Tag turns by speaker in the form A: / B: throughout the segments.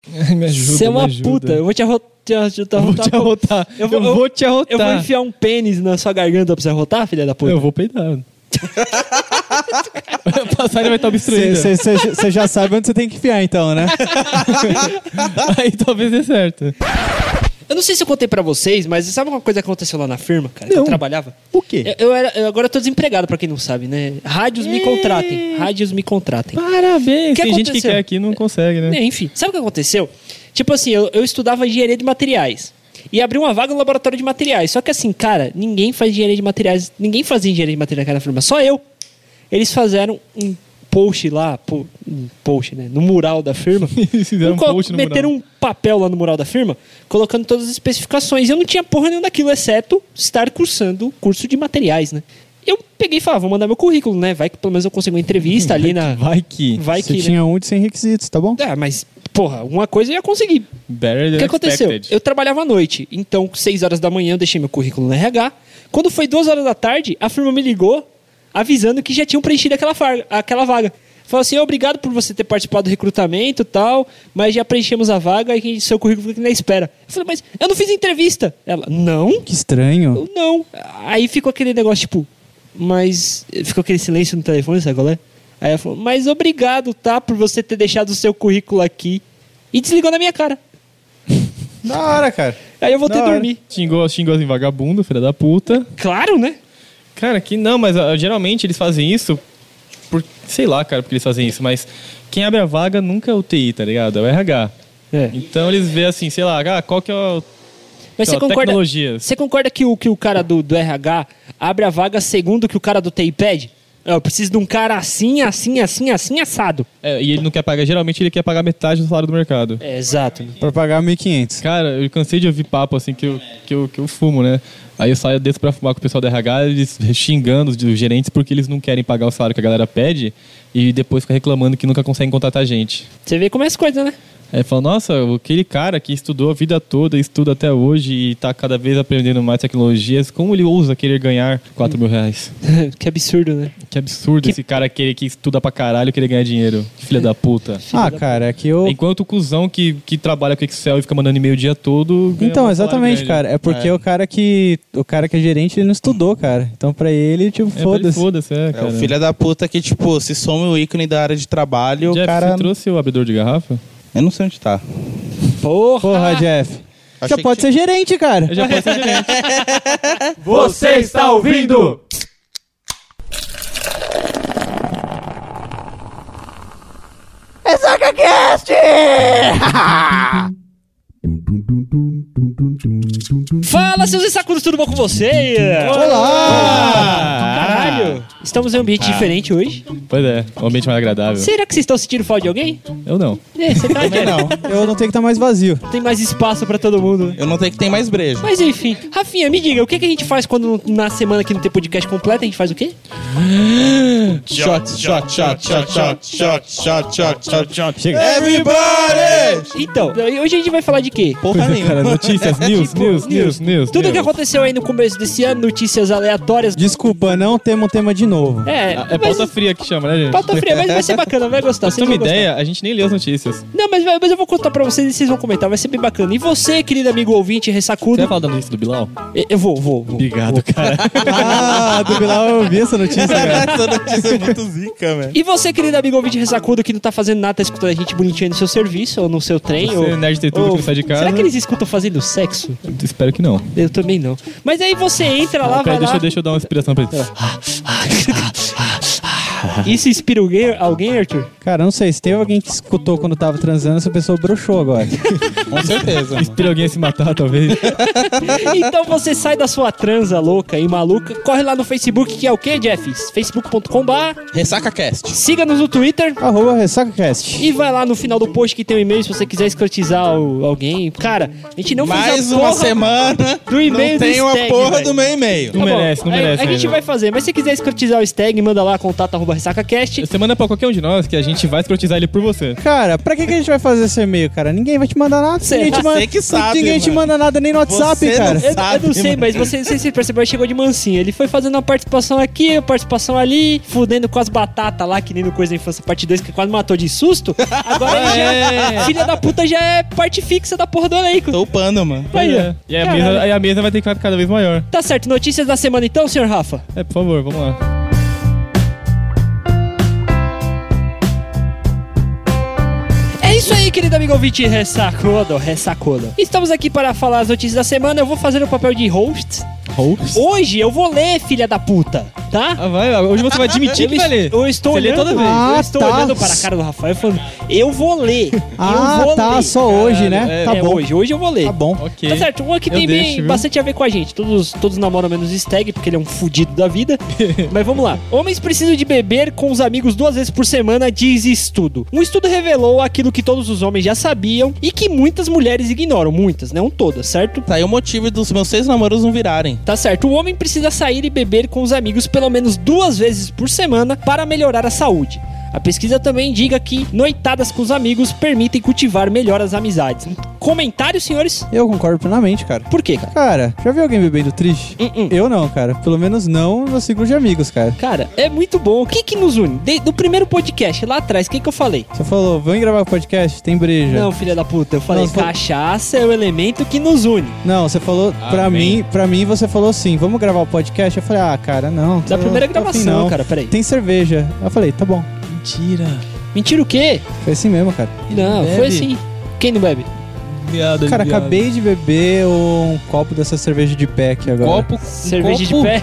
A: me ajuda,
B: Você é uma
A: me ajuda.
B: puta. Eu vou te arrotar. Te arrotar,
A: Eu vou te
B: arrotar.
A: arrotar.
B: Eu vou-
A: eu vou te
B: Eu vou
A: arrotar.
B: enfiar um pênis na sua garganta pra você arrotar, filha da puta.
A: Eu vou peidar. a passagem vai estar obstruída.
C: Você já sabe onde você tem que enfiar, então, né?
A: Aí talvez dê certo.
B: Eu não sei se eu contei pra vocês, mas sabe uma coisa que aconteceu lá na firma, cara? Que eu
A: Não.
B: trabalhava?
C: O quê?
A: É,
B: Eu, eu era, eu agora tô desempregado, pra quem não sabe, né? Rádios me contratem. Rádios me contratem.
A: Parabéns.
B: Que
A: Tem gente que
B: aconteceu?
A: quer aqui e não consegue, né?
B: É, Enfim, sabe o que aconteceu? Tipo assim, eu, eu estudava engenharia de materiais. E abri uma vaga no laboratório de materiais. Só que assim, cara, ninguém faz engenharia de materiais. Ninguém fazia engenharia de materiais naquela firma, só eu. Eles fizeram um post lá, po- um post, né? No mural da firma.
A: Eles fizeram um
B: colo-
A: post no
B: meteram
A: mural.
B: um papel lá no mural da firma, colocando todas as especificações. Eu não tinha porra nenhuma daquilo, exceto estar cursando o curso de materiais, né? Eu peguei e falei, ah, vou mandar meu currículo, né? Vai que pelo menos eu consigo uma entrevista ali na.
A: Vai que.
B: Vai
C: Você
B: que. né?
C: tinha um de 100 requisitos, tá bom?
B: Ah, mas, porra, alguma coisa eu ia conseguir.
A: Better
B: O
A: than
B: que aconteceu?
A: expected.
B: Eu trabalhava à noite, então, 6 horas da manhã, eu deixei meu currículo no RH. Quando foi 2 horas da tarde, a firma me ligou avisando que já tinham preenchido aquela, farga- aquela vaga. Falou assim: obrigado por você ter participado do recrutamento e tal, mas já preenchemos a vaga e seu currículo fica na espera. Eu falei, mas eu não fiz entrevista. Ela, não?
C: Que estranho.
B: Eu não. Aí ficou aquele negócio, tipo, mas. Ficou aquele silêncio no telefone, sabe qual é? Aí ela falou, mas obrigado, tá, por você ter deixado o seu currículo aqui. E desligou na minha cara.
C: Da hora, cara.
B: Aí eu voltei
C: Da
B: a
C: hora.
B: dormir.
A: Xingou, xingou assim, vagabundo, filha da puta.
B: Claro, né?
A: Cara, que não, mas ah, geralmente eles fazem isso por. Sei lá, cara, porque eles fazem isso, mas quem abre a vaga nunca é o TI, tá ligado? É o RH.
B: É.
A: Então eles vê assim, sei lá, ah, qual que é o.
B: Mas
A: sei
B: você
A: lá,
B: concorda,
A: Tecnologias.
B: você concorda que o, que o cara do, do RH abre a vaga segundo que o cara do TI pede? Eu preciso de um cara assim, assim, assim, assim, assado.
A: É, e ele não quer pagar, geralmente ele quer pagar metade do salário do mercado.
B: É, exato. né?
C: Pra pagar 1.500.
A: Cara, eu cansei de ouvir papo assim que eu, que eu, que eu fumo, né? Aí eu saio dentro pra fumar com o pessoal da RH, eles xingando os os gerentes porque eles não querem pagar o salário que a galera pede e depois fica reclamando que nunca conseguem contratar gente.
B: Você vê como é as coisas, né?
A: Aí fala, nossa, aquele cara que estudou a vida toda, estuda até hoje e tá cada vez aprendendo mais tecnologias, como ele ousa querer ganhar 4 mil reais?
B: que absurdo, né?
A: Que absurdo
B: Que-
A: esse cara querer que estuda pra caralho querer ganhar dinheiro. Filha da puta.
C: Ah, cara, é que eu.
A: Enquanto o cuzão que, que trabalha com Excel e fica mandando e-mail o dia todo. ganha
C: Então,
A: um salário
C: exatamente,
A: grande.
C: cara. É porque o cara que. O cara que é gerente, ele não estudou, cara. Então, pra ele, tipo,
A: É, foda-se.
C: foda-se.
A: Foda-se, é,
D: É
A: cara.
D: o filho é da puta que, tipo, se some o ícone da área de trabalho,
A: Jeff,
D: o cara.
A: você trouxe o abridor de garrafa?
D: Eu não sei onde tá.
B: Porra!
C: Porra,
A: Ah!
C: Jeff.
D: Achei
C: Já
D: que
C: pode ser gerente, cara.
A: Eu já posso ser gerente.
E: Você está ouvindo?
B: Fala, seus insacudos, tudo bom com você? Caralho! Estamos em um ambiente diferente hoje.
A: Pois é, um ambiente mais agradável.
B: Será que vocês estão sentindo falta de alguém?
A: Eu não.
B: É, você tá
D: Não,
C: Eu não tenho que estar mais vazio.
B: Tem mais espaço pra todo mundo. né?
D: eu não tenho que tem mais brejo.
B: Mas enfim, Rafinha, me diga, o que, que a gente faz quando na semana que não tem podcast completo, a gente faz o quê?
D: Shot, shot, shot, shot, shot, shot, shot, shot, shot, shot.
C: Chega.
D: Everybody!
B: Então, hoje a gente vai falar de quê?
D: Porra nenhuma.
A: Cara, notícias, news, news, Tipo, news, news.
B: Tudo que
A: news.
B: aconteceu aí no começo desse ano, notícias aleatórias.
C: Desculpa, não temos um tema de novo.
A: É
B: É, mas-
A: pauta fria que chama, né, gente?
B: pauta fria, mas vai ser bacana, vai gostar.
A: Pra você ter uma
B: vocês vão gostar.
A: ideia, a gente nem lê as notícias.
B: Não, mas, mas eu vou contar pra vocês e vocês vão comentar, vai ser bem bacana. E você, querido amigo ouvinte,
A: Você vai
B: ressacudo, É,
A: falar da notícia do Bilal?
B: eu- eu vou, vou, vou.
A: Obrigado, cara.
C: Ah, do Bilal eu vi essa notícia, cara.
D: Essa notícia é muito zica, velho.
B: E você, querido amigo ouvinte ressacudo, que não tá fazendo nada, tá escutando a gente bonitinha no seu serviço, ou no seu trem,
A: Você
B: ou...
A: é nerd de tudo que
B: ou-
A: não sai de casa.
B: Será que eles escutam fazendo sexo?
A: Espero que não.
B: Eu também não. Mas aí você entra lá, vai
A: Peraí, deixa,
B: lá...
A: eu- deixa eu dar uma inspiração pra ele.
B: Isso inspira alguém, alguém, Arthur?
C: Cara, eu não sei, se teve alguém que escutou quando tava transando, essa pessoa broxou agora.
D: Com certeza. mano.
A: Inspira alguém a se matar, talvez.
B: Então você sai da sua transa louca e maluca, corre lá no Facebook, que é o quê, Jeff? facebook.com.br,
D: Ressaca Cast.
B: siga-nos no Twitter...
C: Arroba RessacaCast.
B: E vai lá no final do post que tem um e-mail se você quiser escrotizar o- alguém. Cara, a gente não fez
D: Mais
B: a
D: uma
B: porra-
D: semana.
B: do e-mail
D: Não
B: do
D: tem uma
B: Stag,
D: porra
B: velho. Tá
D: do meu e-mail.
A: Não
B: bom,
A: merece, não
B: aí-
A: merece
B: aí A gente
A: ainda.
B: vai fazer, mas se você quiser escrotizar o hashtag, manda lá contato arroba arroba ressacacast.
A: Você manda pra qualquer um de nós que a gente vai escrotizar ele por você.
C: Cara, pra que, que a gente vai fazer esse e-mail, cara? Ninguém vai te mandar nada.
B: Você-
C: ninguém te
D: você
C: manda,
D: que sabe,
C: Ninguém te
D: mano.
C: manda nada nem no WhatsApp,
D: Você não
C: cara.
B: Eu, eu
D: Sabe,
B: não sei,
D: mano.
B: mas você, não sei se você percebeu, ele chegou de mansinho. Ele foi fazendo uma participação aqui, uma participação ali, fudendo com as batatas lá, que nem no Coisa da Infância Parte 2, que quase matou de susto. Agora ele já. Filha da puta já é parte fixa da porra do elenco.
D: Tô upando, mano.
B: Aí, ó.
A: É. E a,
B: Caralho.
A: mesa, aí a mesa vai ter que ficar cada vez maior.
B: Tá certo, notícias da semana então, senhor Rafa?
A: É, por favor, vamos lá.
B: É isso aí, querido amigo ouvinte, ressacodo, ressacodo. Estamos aqui para falar as notícias da semana, eu vou fazer o papel de host.
A: Host?
B: Hoje eu vou ler, filha da puta, tá?
A: Ah, vai, hoje você vai admitir que vai ler.
B: Eu estou
A: Você lê
B: olhando,
A: toda vez.
B: eu
C: Ah,
B: estou
C: tá.
B: olhando para a cara do Rafael falando, eu vou ler. eu
C: Ah,
B: vou
C: tá,
B: ler.
C: só hoje, né?
A: é-
C: tá
B: é
C: bom.
B: hoje, hoje eu vou ler.
C: Tá bom.
A: Ok.
B: Tá certo, um aqui
A: Eu
B: tem bem-
A: deixo, viu?
B: bastante a ver com a gente. Todos, todos namoram menos Stag, porque ele é um fudido da vida. Mas vamos lá. Homens precisam de beber com os amigos duas vezes por semana, diz estudo. Um estudo revelou aquilo que todos os homens já sabiam e que muitas mulheres ignoram. Muitas, não todas, certo?
D: Tá aí o motivo dos meus seis namoros não virarem.
B: Tá certo, o homem precisa sair e beber com os amigos pelo menos duas vezes por semana para melhorar a saúde. A pesquisa também diga que noitadas com os amigos permitem cultivar melhor as amizades. Comentários, senhores?
C: Eu concordo plenamente, cara.
B: Por quê, cara?
C: Cara, já viu alguém bebendo triste?
B: Uh-uh.
C: Eu não, cara. Pelo menos não no círculo de amigos, cara.
B: Cara, é muito bom. O que que nos une? De- do primeiro podcast, lá atrás, o que que eu falei?
C: Você falou, vamos gravar o podcast? Tem breja.
B: Não, filha da puta, eu falei,
C: Não, foi-
B: cachaça é o elemento que nos une.
C: Não, você falou, pra
A: bem.
C: mim, pra mim você falou assim, vamos gravar o podcast? Eu falei, ah, cara, não.
B: Da
C: tô-
B: primeira
C: tô
B: gravação,
C: afim não.
B: cara, peraí.
C: Tem cerveja. Eu falei, tá bom.
A: Mentira.
B: Mentira o quê?
C: Foi assim mesmo, cara.
B: Não,
A: bebe.
B: foi assim. Quem não bebe?
C: Um
A: Viado,
C: Cara, acabei de beber um copo dessa cerveja de pé aqui agora.
A: Copo.
B: Cerveja
A: copo,
B: de pé?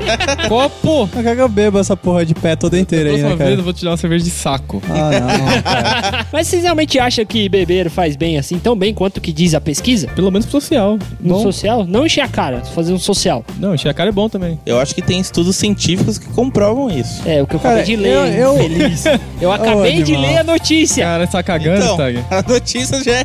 A: Copo.
C: Não quer que eu beba essa porra de pé toda inteira aí,
A: Próxima
C: né,
A: vez eu
C: cara?
A: vou te dar uma cerveja de saco.
C: Ah, não, cara.
B: Mas vocês realmente acham que beber faz bem assim, tão bem quanto que diz a pesquisa?
A: Pelo menos pro social.
B: No
A: Bom.
B: social? Não encher a cara, fazer um social.
A: Não, encher a cara é bom também.
D: Eu acho que tem estudos científicos que comprovam isso.
B: É, o que eu
C: Cara,
B: acabei de ler,
C: eu- eu-
B: infeliz. Eu acabei de
C: animal.
B: ler a notícia.
A: Cara, tá cagando,
D: então,
A: Tag?
D: a notícia já é a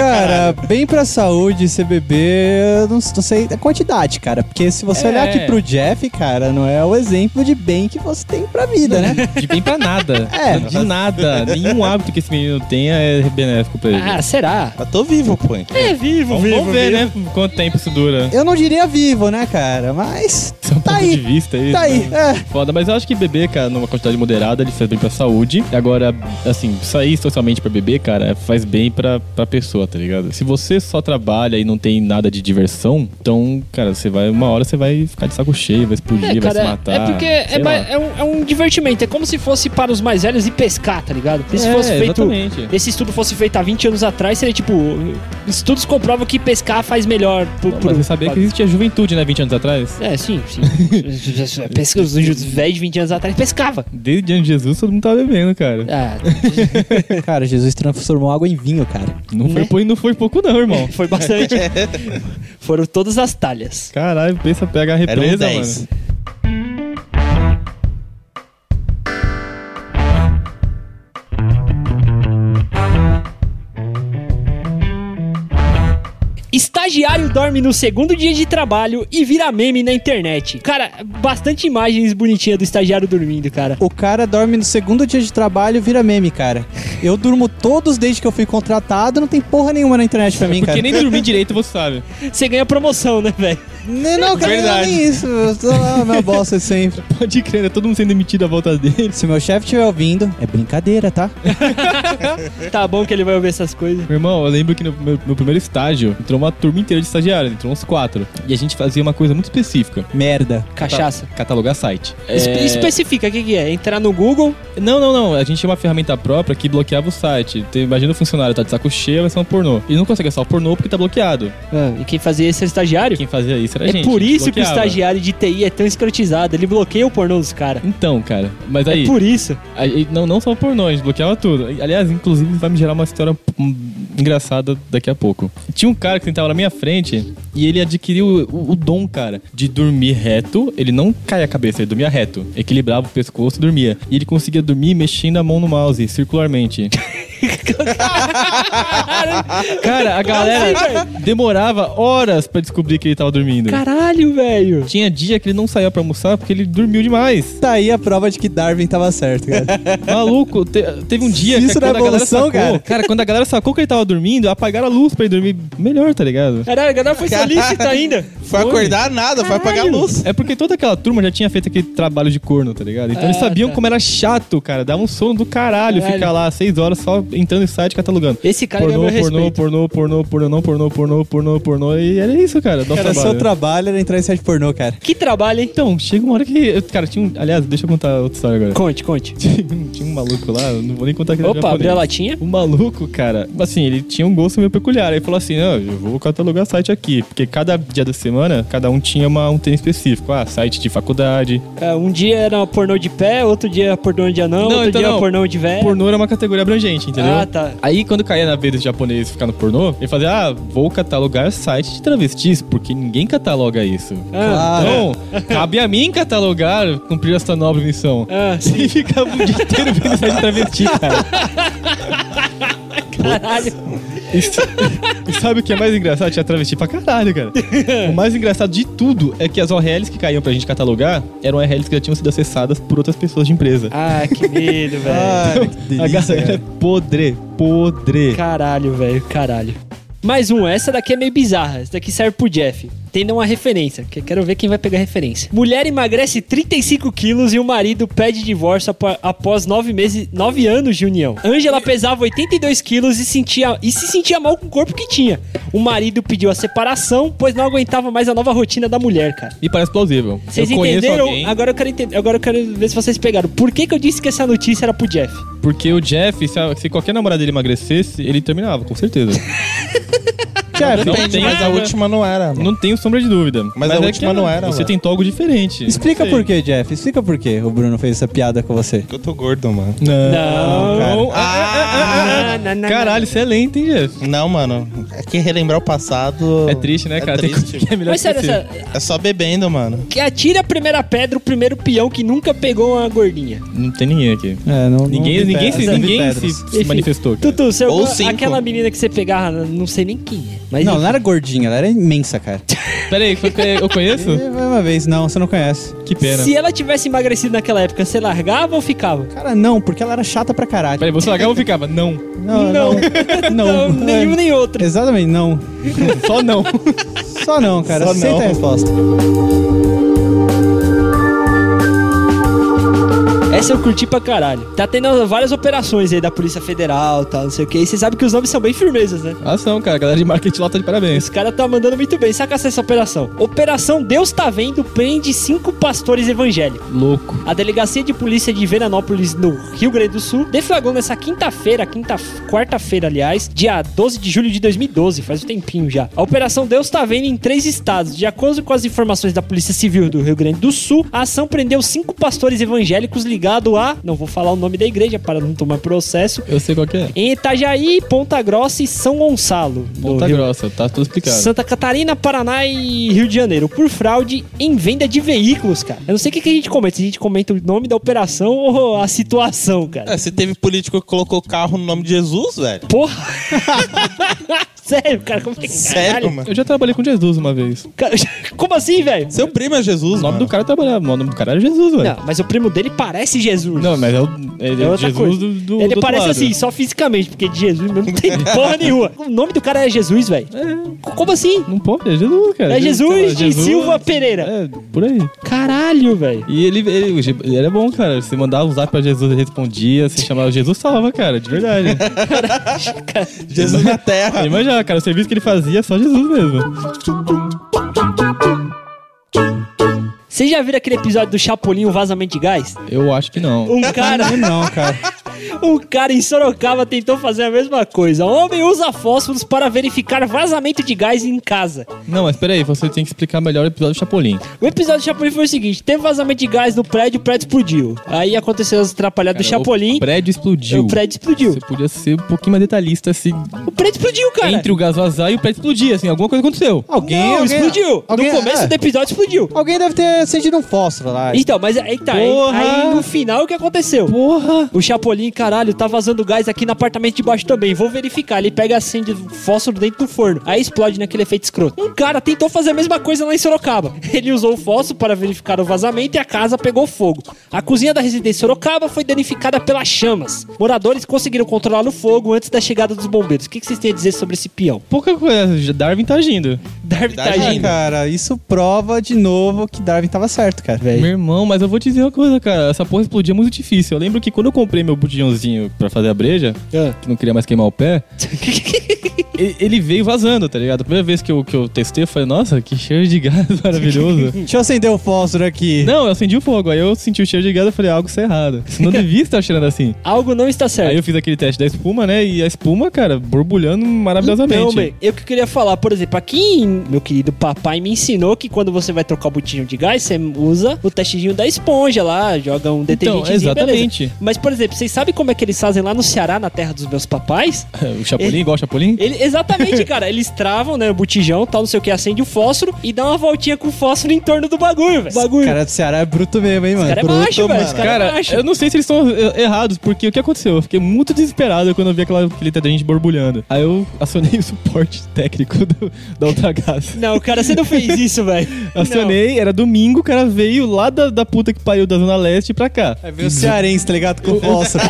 C: Cara,
D: cara.
C: bem pra saúde, você beber, eu não, não sei a quantidade, cara. Porque se você
A: É.
C: olhar aqui pro Jeff, cara, não é o exemplo de bem que você tem pra vida, né?
A: De bem pra nada.
C: É.
A: De nada. Nenhum hábito que esse menino tenha é benéfico pra ele.
B: Ah, será?
D: Mas tô vivo, pô.
B: É vivo,
A: vamos, vamos ver, né? Quanto tempo isso dura.
C: Eu não diria vivo, né, cara? Mas
A: Isso é um
C: Tá
A: ponto
C: aí.
A: de vista isso,
C: tá aí.
A: né?
C: É.
A: Foda, mas eu acho que beber, cara, numa quantidade moderada, ele faz bem pra saúde. Agora, assim, sair socialmente pra beber, cara, faz bem pra, pra pessoa, tá ligado? Se você só trabalha e não tem nada de diversão, então, cara, você vai, uma hora você vai ficar de saco cheio, vai explodir,
B: É,
A: vai se
B: cara,
A: matar.
B: é porque é,
A: sei
B: ba-
A: lá.
B: é um, é um divertimento. É como se fosse para os mais velhos e pescar, tá ligado? Se
A: É,
B: fosse feito.
A: exatamente.
B: Esse estudo fosse feito há 20 anos atrás, seria tipo. Estudos comprovam que pescar faz melhor. Pro,
A: Não,
B: pro-
A: mas você sabia que existia juventude, né, 20 anos atrás?
B: É, sim, sim. Pesca, os velhos de 20 anos atrás pescava.
A: Desde antes de Jesus, todo mundo tava bebendo, cara.
B: Ah,
C: Cara, Jesus transformou água em vinho, cara.
A: Não, foi,
B: Né?
A: pou- não foi pouco, não, irmão.
B: foi bastante. Foram todas as talhas.
A: Caralho, pensa, pega a
D: Era um
A: represa,
D: 10.
A: mano.
B: Estagiário dorme no segundo dia de trabalho e vira meme na internet. Cara, bastante imagens bonitinhas do estagiário dormindo, cara.
C: O cara dorme no segundo dia de trabalho e vira meme, cara. Eu durmo todos desde que eu fui contratado, não tem porra nenhuma na internet pra mim,
A: Porque
C: cara.
A: nem dormir direito você sabe.
B: Você ganha promoção, né, velho?
C: Nem... Não, cara, não é
D: Verdade.
C: nem isso. Eu tô lá, minha bosta de sempre.
A: Pode crer, né? Todo mundo sendo demitido à volta dele.
C: Se meu chefe estiver ouvindo, é brincadeira, tá?
B: Tá bom que ele vai ouvir essas coisas.
A: Meu irmão, eu lembro que no meu, meu primeiro estágio entrou uma turma inteira de estagiários, entrou uns quatro. E a gente fazia uma coisa muito específica:
C: Merda.
B: Cachaça.
A: catalogar site.
B: Espe- especifica, o que, que é? Entrar no Google?
A: Não, não, não. A gente tinha uma ferramenta própria que bloqueava o site. Tem- imagina o funcionário tá de saco cheio, vai ser um pornô. Ele não consegue acessar o pornô porque tá bloqueado.
C: É.
B: Ah, e quem fazia isso era estagiário?
A: Quem fazia isso era a
B: é
A: gente. a
B: por
A: gente
B: isso que o
A: bloqueava.
B: estagiário de TI é tão escrotizado. Ele bloqueia o pornô dos caras.
A: Então, cara, mas aí.
B: É por isso.
A: aí- não, não só o pornô, a gente bloqueava tudo. Aliás, inclusive, vai me gerar uma história hum, engraçada daqui a pouco. Tinha um cara que sentava na minha frente e ele adquiriu o, o dom, cara, de dormir reto. Ele não caia a cabeça, ele dormia reto. Equilibrava o pescoço e dormia. E ele conseguia dormir mexendo a mão no mouse, circularmente. Cara, a galera demorava horas pra descobrir que ele tava dormindo.
B: Caralho, velho.
A: Tinha dia que ele não saía pra almoçar porque ele dormiu demais.
C: Tá aí a prova de que Darwin tava certo, cara.
A: Maluco, te- teve um dia
C: Isso
A: que
C: não é
A: quando a galera
C: evolução,
A: sacou,
C: cara?
A: cara. quando a galera sacou que ele tava dormindo, apagaram a luz pra ele dormir melhor, tá ligado?
B: Caralho, a galera foi solícita ainda.
D: Foi acordar nada, foi apagar a luz.
A: É porque toda aquela turma já tinha feito aquele trabalho de corno, tá ligado? Então eles
B: Ah,
A: sabiam
B: tá.
A: como era chato, cara. Dava um sono do caralho,
B: Caralho.
A: ficar lá seis horas só entrando em site catalogando.
B: Esse cara
A: Pornô,
B: ganhou meu
A: pornô,
B: respeito.
A: pornô, pornô, pornô, não, pornô, pornô, pornô, pornô. E era isso, cara. Nosso
C: Cara, é
A: trabalho.
C: seu trabalho era entrar em site pornô, cara.
B: Que trabalho, hein?
A: Então, chega uma hora que. Cara, tinha um. Aliás, deixa eu contar outra história agora.
B: Conte, conte.
A: tinha um maluco lá, eu não vou nem contar que ele era
B: Opa, abriu a
A: é japonês.
B: latinha.
A: O maluco, cara, assim, ele tinha um gosto meio peculiar. Aí falou assim: não, eu vou catalogar site aqui. Porque cada dia da semana, cada um tinha uma, um tema específico. Ah, site de faculdade.
B: É, um dia era pornô de pé, outro dia era pornô de
A: Não,
B: anão, outro
A: então
B: dia era
A: não.
B: pornô de velho.
A: Pornô era uma categoria abrangente, entendeu?
B: É. Ah, tá.
A: Aí, quando caía na vez desse japonês ficar no pornô, ele fazia: ah, vou catalogar site de travestis, porque ninguém cataloga isso.
B: Ah,
C: Claro.
A: Então, cabe a mim catalogar, cumprir essa nobre missão.
B: ah,
A: E ficava o dia inteiro vendo site de travesti, cara.
B: caralho.
A: E sa- e sabe o que é mais engraçado? Tinha travesti pra caralho, cara. O mais engraçado de tudo é que as URLs que caíam pra gente catalogar eram URLs que já tinham sido acessadas por outras pessoas de empresa.
B: Ah, que medo, velho.
C: Cara, que
A: A
C: delícia,
A: galera é
C: cara.
A: podre, podre.
B: Caralho, velho, caralho. Mais um, essa daqui é meio bizarra. Essa daqui serve pro Jeff. Tem uma referência, que eu quero ver quem vai pegar a referência. Mulher emagrece 35 quilos e o marido pede divórcio apo- após 9 meses, 9 anos de união. Ângela pesava 82 quilos e, sentia, e se sentia mal com o corpo que tinha. O marido pediu a separação, pois não aguentava mais a nova rotina da mulher, cara.
A: Me parece plausível.
B: Vocês
A: eu conheço
B: entenderam?
A: alguém,
B: Agora eu quero entender. Agora eu quero ver se vocês pegaram. Por que, que eu disse que essa notícia era pro Jeff?
A: porque o Jeff, se, a- se qualquer namorada dele emagrecesse, ele terminava, com certeza.
D: Jeff,
A: não
D: depende,
A: tem
D: mas a
A: nada.
D: última não era. mano.
A: Não tenho sombra de dúvida.
D: Mas a
A: é
D: última
A: que
D: não era,
A: Você
D: mano.
A: tentou algo diferente.
C: Explica
A: Não sei.
C: por que, Jeff. Explica por que o Bruno fez essa piada com você.
D: Eu tô gordo, mano.
B: Não.
A: cara.
B: Ah, não, não, não.
A: Caralho, você é lento, hein, Jeff?
D: Não, mano. É que relembrar o passado.
A: É triste, né, cara?
D: É,
A: Tem
D: triste.
A: coisa que é melhor
B: Mas sério,
A: esquecer.
B: essa,
D: É só bebendo, mano.
B: Que atira a primeira pedra o primeiro peão que nunca pegou uma gordinha.
A: Não tem ninguém aqui.
C: É, não,
A: Ninguém, ninguém, se,
C: não vi
A: ninguém
C: pedras.
A: se, se manifestou. cara.
B: Tutu, seu,
D: Ou cinco.
B: aquela menina que você pegava, não sei nem quem é. Mas
C: Não, não era gordinha, ela era imensa, cara.
A: Pera aí, foi que eu conheço?
C: Vai uma vez, não, você não conhece.
A: que pena.
B: se ela tivesse emagrecido naquela época, você largava ou ficava?
C: Cara, não, porque ela era chata pra caralho.
A: Peraí, você largava ou ficava? Não.
C: Não, não. Não,
B: Não, nenhum
C: É,
B: nem outro.
C: Exatamente, não.
A: Só não.
C: Só não, cara.
D: Só
C: Aceita
D: não.
C: a resposta.
B: Essa eu curti pra caralho. Tá tendo várias operações aí da Polícia Federal, tal, não sei o que. E você sabe que os nomes são bem firmezas, né?
A: Ação, cara. A galera de marketing lá tá de parabéns.
B: Esse cara tá mandando muito bem. Saca essa operação. Operação Deus tá vendo prende cinco pastores evangélicos.
A: Louco.
B: A delegacia de polícia de Veranópolis, no Rio Grande do Sul, deflagrou nessa quinta-feira, quinta, quarta-feira, aliás, dia 12 de julho de 2012, faz um tempinho já. A operação Deus tá vendo em três estados. De acordo com as informações da Polícia Civil do Rio Grande do Sul, a ação prendeu cinco pastores evangélicos ligados a, não vou falar o nome da igreja para não tomar processo,
A: Eu sei qual que é.
B: em Itajaí, Ponta Grossa e São Gonçalo. no
A: Ponta
B: Rio-
A: grossa, tá tudo explicado.
B: Santa Catarina, Paraná e Rio de Janeiro por fraude em venda de veículos, cara. Eu não sei o que, que a gente comenta. Se a gente comenta o nome da operação ou a situação, cara.
D: É, se teve político que colocou carro no nome de Jesus, velho.
B: Porra! Sério, cara, como é que
D: Sério,
B: caralho?
D: mano.
A: Eu já trabalhei com Jesus uma vez.
B: Cara, como assim, velho?
D: Seu primo é Jesus,
A: O nome
D: mano.
A: do cara trabalhava. O nome do cara era Jesus, velho.
B: Não, mas o primo dele parece Jesus.
A: Não, mas é o ele é
B: É
A: o
B: outra
A: Jesus
B: coisa.
A: do, do.
B: Ele
A: do outro
B: parece
A: lado.
B: assim, só fisicamente, porque de Jesus mesmo não tem porra nenhuma. O nome do cara é Jesus, velho. Como assim?
A: É, Não pode, é Jesus, cara.
B: É Jesus de Silva Pereira.
A: É, por aí.
B: Caralho, velho.
A: E ele, ele, ele era bom, cara. Você mandava um zap pra Jesus, ele respondia. Você chamava Jesus, salva, cara, de verdade.
D: Jesus na terra.
A: Imagina, cara, o serviço que ele fazia é só Jesus mesmo.
B: Vocês já viram aquele episódio do Chapolin, o vazamento de gás?
A: Eu acho que não.
B: Um cara...
C: Não, cara.
B: Um cara em Sorocaba tentou fazer a mesma coisa. Homem usa fósforos para verificar vazamento de gás em casa.
A: Não, mas peraí, você tem que explicar melhor o episódio do Chapolin.
B: O episódio do Chapolin foi o seguinte: teve vazamento de gás no prédio, o prédio explodiu. Aí aconteceu as atrapalhadas do
A: Cara,
B: Chapolin,
A: O prédio explodiu.
B: o prédio explodiu.
A: Você podia ser um pouquinho mais detalhista, assim.
B: O prédio explodiu, cara.
A: Entre o gás vazar e o prédio explodir, assim, alguma coisa aconteceu.
C: Alguém,
B: Não,
C: alguém-
B: explodiu.
C: alguém-
B: no começo
C: é.
B: do episódio explodiu.
C: Alguém deve ter acendido um fósforo lá.
B: Então, mas aí tá. aí-
A: Porra!
B: Aí no final o que aconteceu?
A: Porra!
B: O Chapolin caralho, tá vazando gás aqui no apartamento de baixo também. Vou verificar. Ele pega acende fósforo dentro do forno. Aí explode naquele efeito escroto. Um cara tentou fazer a mesma coisa lá em Sorocaba. Ele usou o fósforo para verificar o vazamento e a casa pegou fogo. A cozinha da residência Sorocaba foi danificada pelas chamas. Moradores conseguiram controlar o fogo antes da chegada dos bombeiros. O que que vocês têm a dizer sobre esse peão?
A: Pouca coisa, Darwin tá agindo.
B: Darwin tá
C: Ah,
B: agindo.
C: cara, isso prova de novo que Darwin tava certo, cara.
A: Meu irmão, mas eu vou te dizer uma coisa, cara. Essa porra explodia é muito difícil. Eu lembro que quando eu comprei meu botijãozinho pra fazer a breja,
B: Ah.
A: que não queria mais queimar o pé, e- ele veio vazando, tá ligado? A primeira vez que eu, que eu testei, eu falei, nossa, que cheiro de gás maravilhoso.
C: Deixa eu acender o fósforo aqui.
A: não, eu acendi o fogo. Aí eu senti o cheiro de gás eu falei, algo está errado. Isso não devia estar cheirando assim.
B: Algo não está certo.
A: Aí eu fiz aquele teste da espuma, né? E a espuma, cara, borbulhando maravilhosamente.
B: Então, bem, eu que queria falar, por exemplo, aqui, em- meu querido papai me ensinou que quando você vai trocar o botijão de gás, você usa o testezinho da esponja lá, joga um detergente.
A: Então, exatamente.
B: Mas, por exemplo, vocês sabem como é que eles fazem lá no Ceará, na terra dos meus papais?
A: É, o Chapolin, igual o Chapolin?
B: Ele- exatamente, cara. Eles travam, né, o botijão, tal, não sei o que, acende o fósforo e dá uma voltinha com o fósforo em torno do bagulho, velho.
C: O cara do Ceará é bruto mesmo, hein, mano?
B: cara é
C: bruto,
B: macho, velho, esse cara-
A: Cara,
B: acho.
A: eu não sei se eles estão eh, errados, porque o que aconteceu? Eu fiquei muito desesperado quando eu vi aquela, aquele detergente borbulhando. Aí eu acionei o suporte técnico do, da Ultragás.
B: Não, cara, você não fez isso, velho.
A: Acionei, era domingo, o cara veio lá da, da puta que pariu da Zona Leste pra cá.
C: Aí veio o cearense, tá ligado? Com o fósforo.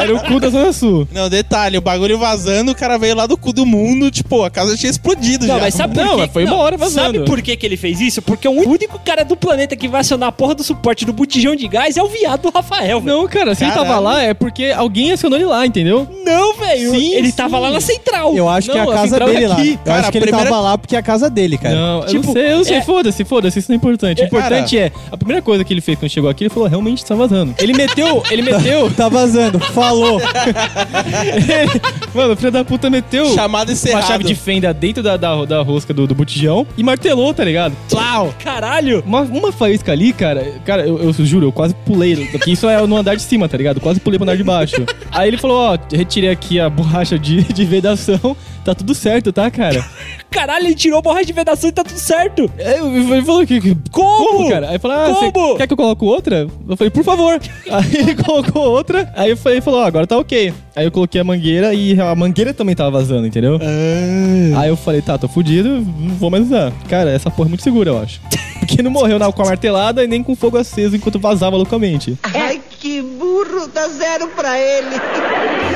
A: Era o cu da Zona Sul.
D: Não, detalhe, o bagulho vazando, o cara veio lá do cu do mundo, tipo, a casa tinha explodido
B: Não,
D: já.
B: mas sabe por
A: Não,
B: quê?
A: mas foi uma hora vazando.
B: Sabe por que, que ele fez isso? Porque é o único cara do planeta que vai acionar a porra do suporte do botijão de gás é o viado do Rafael, velho.
A: Não, cara, se ele tava
D: Caralho.
A: lá é porque alguém acionou ele lá, entendeu?
B: Não, velho.
A: Sim,
B: Ele
A: sim.
B: tava lá na central.
C: Eu acho que é
A: Não,
C: a
A: a
C: casa
A: central é
C: dele lá.
A: aqui,
C: eu
D: cara,
C: acho que
D: a
C: ele
D: primeira-
C: tava lá porque é a casa dele, cara.
A: Não, eu
B: Tipo,
A: não sei, eu não sei.
B: é-
A: Foda-se, foda-se, isso não é importante. O importante é, a primeira coisa que ele fez quando chegou aqui, ele falou, realmente tá vazando. Ele meteu, ele meteu,
C: Tá vazando, falou.
A: mano, o filho da puta meteu
D: Chamada
A: uma
D: encerrada.
A: chave de fenda dentro da, da, da rosca do, do botijão e martelou, tá ligado?
D: Plau!
B: Caralho.
A: Uma, uma faísca ali, cara, cara, eu, eu juro, eu quase pulei, porque isso é no andar de cima, tá ligado? Quase pulei pro andar de baixo. Aí ele falou, ó, retirei aqui a borracha de, de vedação, tá tudo certo, tá, cara?
B: Caralho, ele tirou a borracha de vedação e tá tudo certo.
A: Aí eu- Ele falou que... que-
B: Como?
A: Como, cara? Aí falou, ah,
B: Como?
A: você quer que eu coloque outra? Eu falei, por favor. Aí ele colocou outra, aí eu falei, falou, ó, agora tá ok. Aí eu coloquei a mangueira e a mangueira também tava vazando, entendeu? Aí eu falei, tá, tô fudido, não vou mais usar. Cara, essa porra é muito segura, eu acho. Porque não morreu na, com a martelada e nem com fogo aceso enquanto vazava loucamente.
F: Ai, que burro! Dá zero pra ele!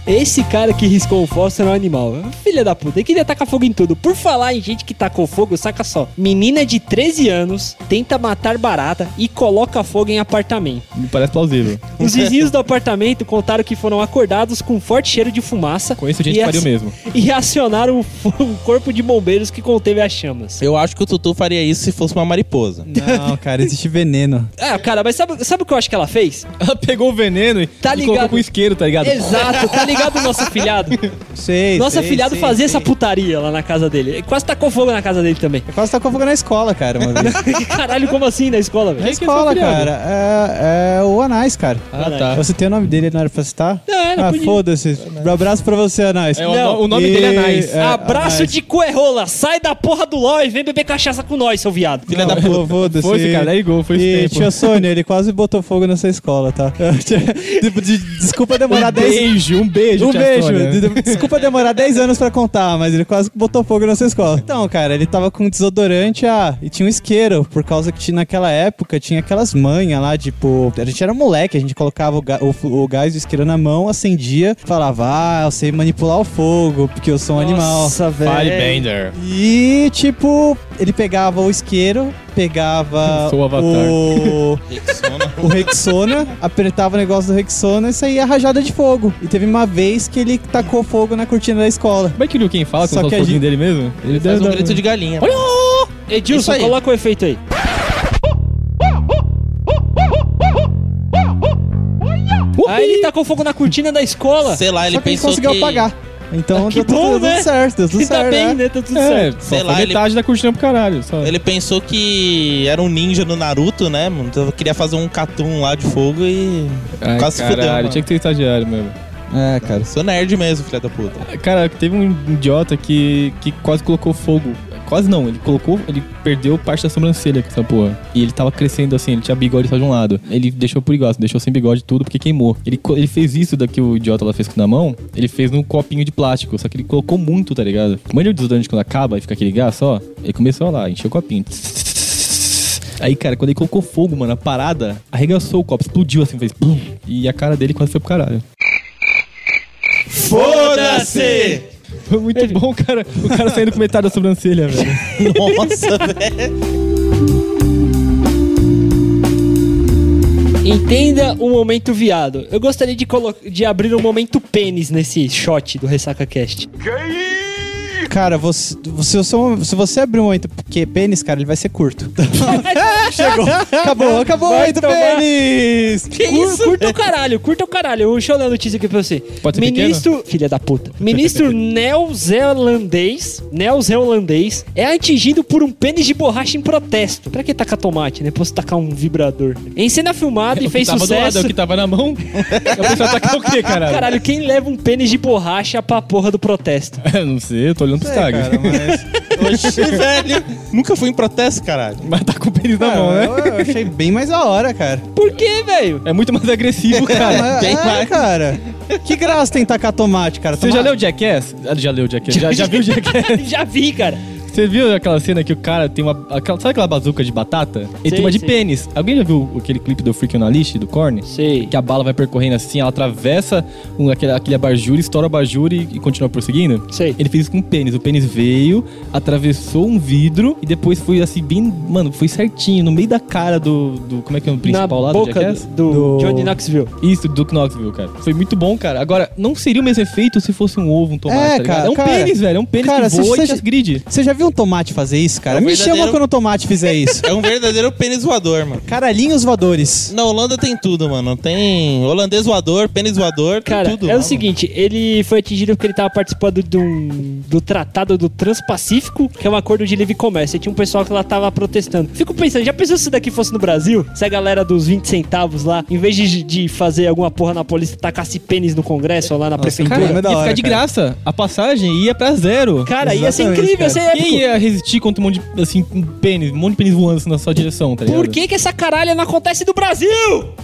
B: Esse cara que riscou o fósforo é um animal. Filha da puta, ele queria tacar fogo em tudo. Por falar em gente que tacou fogo, saca só. Menina de 13 anos tenta matar barata e coloca fogo em apartamento.
A: Me parece plausível.
B: Os vizinhos do apartamento contaram que foram acordados com um forte cheiro de fumaça.
A: Conheço gente
B: e
A: que pariu
B: ac-
A: mesmo.
B: E acionaram o fo- o corpo de bombeiros que conteve as chamas.
D: Eu acho que o Tutu faria isso se fosse uma mariposa.
C: Não, cara, existe veneno.
B: Ah, cara, mas sabe, sabe o que eu acho que ela fez?
A: Ela pegou o veneno e,
B: Tá
A: e colocou
B: ligado.
A: com isqueiro, tá ligado?
B: Exato, tá ligado o nosso afilhado?
C: Sei,
B: Nosso
C: sei,
B: afilhado
C: sei,
B: fazia
C: sei.
B: essa putaria lá na casa dele. Ele Quase tacou fogo na casa dele também.
C: Eu quase tacou fogo na escola, cara, uma vez.
B: Caralho, como assim na escola,
C: Na
B: velho?
A: que é seu
C: escola,
A: afilhado?
C: cara. É, é o Anais, cara.
A: Ah, tá.
C: Eu citei o nome dele, não era pra citar?
B: Não, era
C: Ah,
B: podia.
C: foda-se. Abraço pra você, Anais.
A: É, o, no- o nome
C: E-
A: dele é Nice.
C: é,
B: Abraço
C: Anais.
B: de coerrola, sai da porra do LOL e vem beber cachaça com nós, seu viado.
D: Filha
C: Não,
D: da puta.
C: pô, Foda-se.
A: Foi esse cara, é igual, foi esse
C: E
A: tempo.
C: tia Sônia, ele quase botou fogo nessa escola, tá? Tipo, de- Desculpa demorar
A: Um
C: 10
A: beijo, um beijo,
C: Um
A: tia
C: beijo.
A: Sônia.
C: De- de- Desculpa demorar 10 anos pra contar, mas ele quase botou fogo nessa escola. Então, cara, ele tava com desodorante ah, e tinha um isqueiro, por causa que tinha, naquela época tinha aquelas manhas lá, tipo, a gente era moleque, a gente colocava o, ga- o fu- o gás do isqueiro na mão, acendia, falava, ah, eu sei manipular o fogo, porque eu sou um animal.
B: Nossa, velho.
A: Bender.
C: E, tipo, ele pegava o isqueiro, pegava
A: Sou o Avatar.
C: o, o Rexona, apertava o negócio do Rexona e saía rajada de fogo. E teve uma vez que ele tacou fogo na cortina da escola.
A: Como é que o Liu fala com
C: Só
A: o
C: que a
A: foguinho
C: gente-
A: dele mesmo? Ele
D: Faz
A: deve
D: um
A: dar-
D: grito de galinha. Isso
B: Edilson,
D: aí.
B: coloca o efeito aí. Aí ele tacou fogo na cortina da escola.
D: Sei lá, ele
C: Só que ele
D: pensou
C: conseguiu
D: que...
C: apagar. Então
B: Ah, que
C: deu, tudo-
B: bom,
C: deu tudo
B: né?
C: certo, deu tudo
B: Você tá
C: certo.
B: bem,
C: né?
B: né? Tá tudo
A: É,
B: certo.
A: só
D: Sei
A: foi
D: lá, ele-
A: metade da cortina pro caralho. Só.
D: Ele pensou que era um ninja no Naruto, né, mano? Então queria fazer um catum lá de fogo e...
A: Ai,
D: quase se
A: caralho,
D: fudeu, mano.
A: tinha que ter estagiário mesmo.
C: É, cara.
D: Sou nerd mesmo, filha da puta.
A: Cara, teve um idiota que, que quase colocou fogo. Quase não, ele colocou, ele perdeu parte da sobrancelha com essa porra. E ele tava crescendo assim, ele tinha bigode só de um lado. Ele deixou por igual, deixou sem bigode tudo porque queimou. Ele, co- ele fez isso daqui o idiota lá fez com na mão, ele fez num copinho de plástico, só que ele colocou muito, tá ligado? Manda o desodorante quando acaba e fica aquele gás só. Ele começou lá, encheu o copinho. Aí, cara, quando ele colocou fogo, mano, a parada arregaçou o copo, explodiu assim, fez plum, e a cara dele quase foi pro caralho.
D: Foda-se!
A: Foi muito bom, cara. O cara saindo com metade da sobrancelha, velho.
C: Nossa, velho.
B: Entenda o momento viado. Eu gostaria de, colo- de abrir um momento pênis nesse shot do Ressaca Cast.
C: Cara, você, se, você, se você abrir um oito porque pênis, cara, ele vai ser curto. Chegou. Acabou, acabou o
B: Vai
C: oito
B: tomar.
C: pênis.
B: Cur- Curta o caralho, curta o caralho. Deixa eu ler a notícia aqui pra você.
A: Pode ser
B: Ministro. Filha da puta. Ministro neozelandês. Neozelandês é atingido por um pênis de borracha em protesto. Pra que tacar tomate, né? Posso tacar um vibrador. Em cena filmada
A: O
B: e
A: que
B: fez
A: tava do lado, é
B: sucesso.
A: o que tava na mão. A pessoa atacar o quê, caralho?
B: Caralho, quem leva um pênis de borracha pra porra do protesto?
A: Eu não sei, eu tô olhando pro
C: É,
A: Instagram.
C: cara, mas...
D: Oxi, velho. Nunca fui em protesto, caralho.
A: Mas tá com o pênis na mão,
C: Ah,
A: né?
C: eu, eu achei bem mais da hora, cara.
B: Por que, velho?
A: É muito mais agressivo, cara.
C: Ah, é, cara. Que graça tem tacar tomate, cara.
A: Você já
C: Tomate-
A: leu Jackass? Ah, Já leu Jackass. Já, já viu Jackass?
B: Já vi, cara.
A: Você viu aquela cena que o cara tem uma... aquela- sabe aquela bazuca de batata? Ele
B: Sim,
A: tem uma de
B: sim.
A: pênis. Alguém já viu aquele clipe do Freak on a Leash, do Korn?
B: Sei.
A: Que a bala vai percorrendo assim, ela atravessa um, aquele, aquele abajur, estoura o abajur e, e continua prosseguindo?
B: Sei.
A: Ele fez isso com o pênis. O pênis veio, atravessou um vidro e depois foi assim, bem. Mano, foi certinho, no meio da cara do. do como é que é o
B: Na
A: principal lá do
B: boca
A: Jackass?
B: do, do
C: Do-
B: Johnny Knoxville.
A: Isso, do Duke Knoxville, cara. Foi muito bom, cara. Agora, não seria o mesmo efeito se fosse um ovo, um tomate,
C: É,
A: tá ligado?
C: cara,
A: É um
C: cara.
A: pênis, velho. É um pênis
C: Cara,
A: que
C: se
A: voa e
C: você-
A: te gride.
C: Você já viu um tomate fazer isso, cara?
D: É um
C: Me
D: verdadeiro-
C: chama quando o tomate fizer isso.
D: É um verdadeiro pênis voador, mano.
C: Caralhinhos voadores.
D: Na Holanda tem tudo, mano. Tem holandês voador, pênis voador, tem
B: Cara,
D: tudo.
B: é
D: mano.
B: o seguinte, ele foi atingido porque ele tava participando de um- do Tratado do Transpacífico, que é um acordo de livre comércio. E tinha um pessoal que lá tava protestando. Fico pensando, já pensou se isso daqui fosse no Brasil? Se a galera dos 20 centavos lá, em vez de, de fazer alguma porra na polícia, tacasse pênis no Congresso ou lá na prefeitura?
A: Cara,
C: é
A: ia
C: da
A: ficar
C: hora,
A: de
C: cara.
A: graça. A passagem ia pra zero.
B: Cara, ia ser
C: Exatamente,
B: incrível, ia ser épico.
A: Quem ia resistir contra um monte de, assim, um pênis, um monte de pênis voando assim, na sua direção, tá ligado?
B: Por que que essa caralha não acontece no Brasil?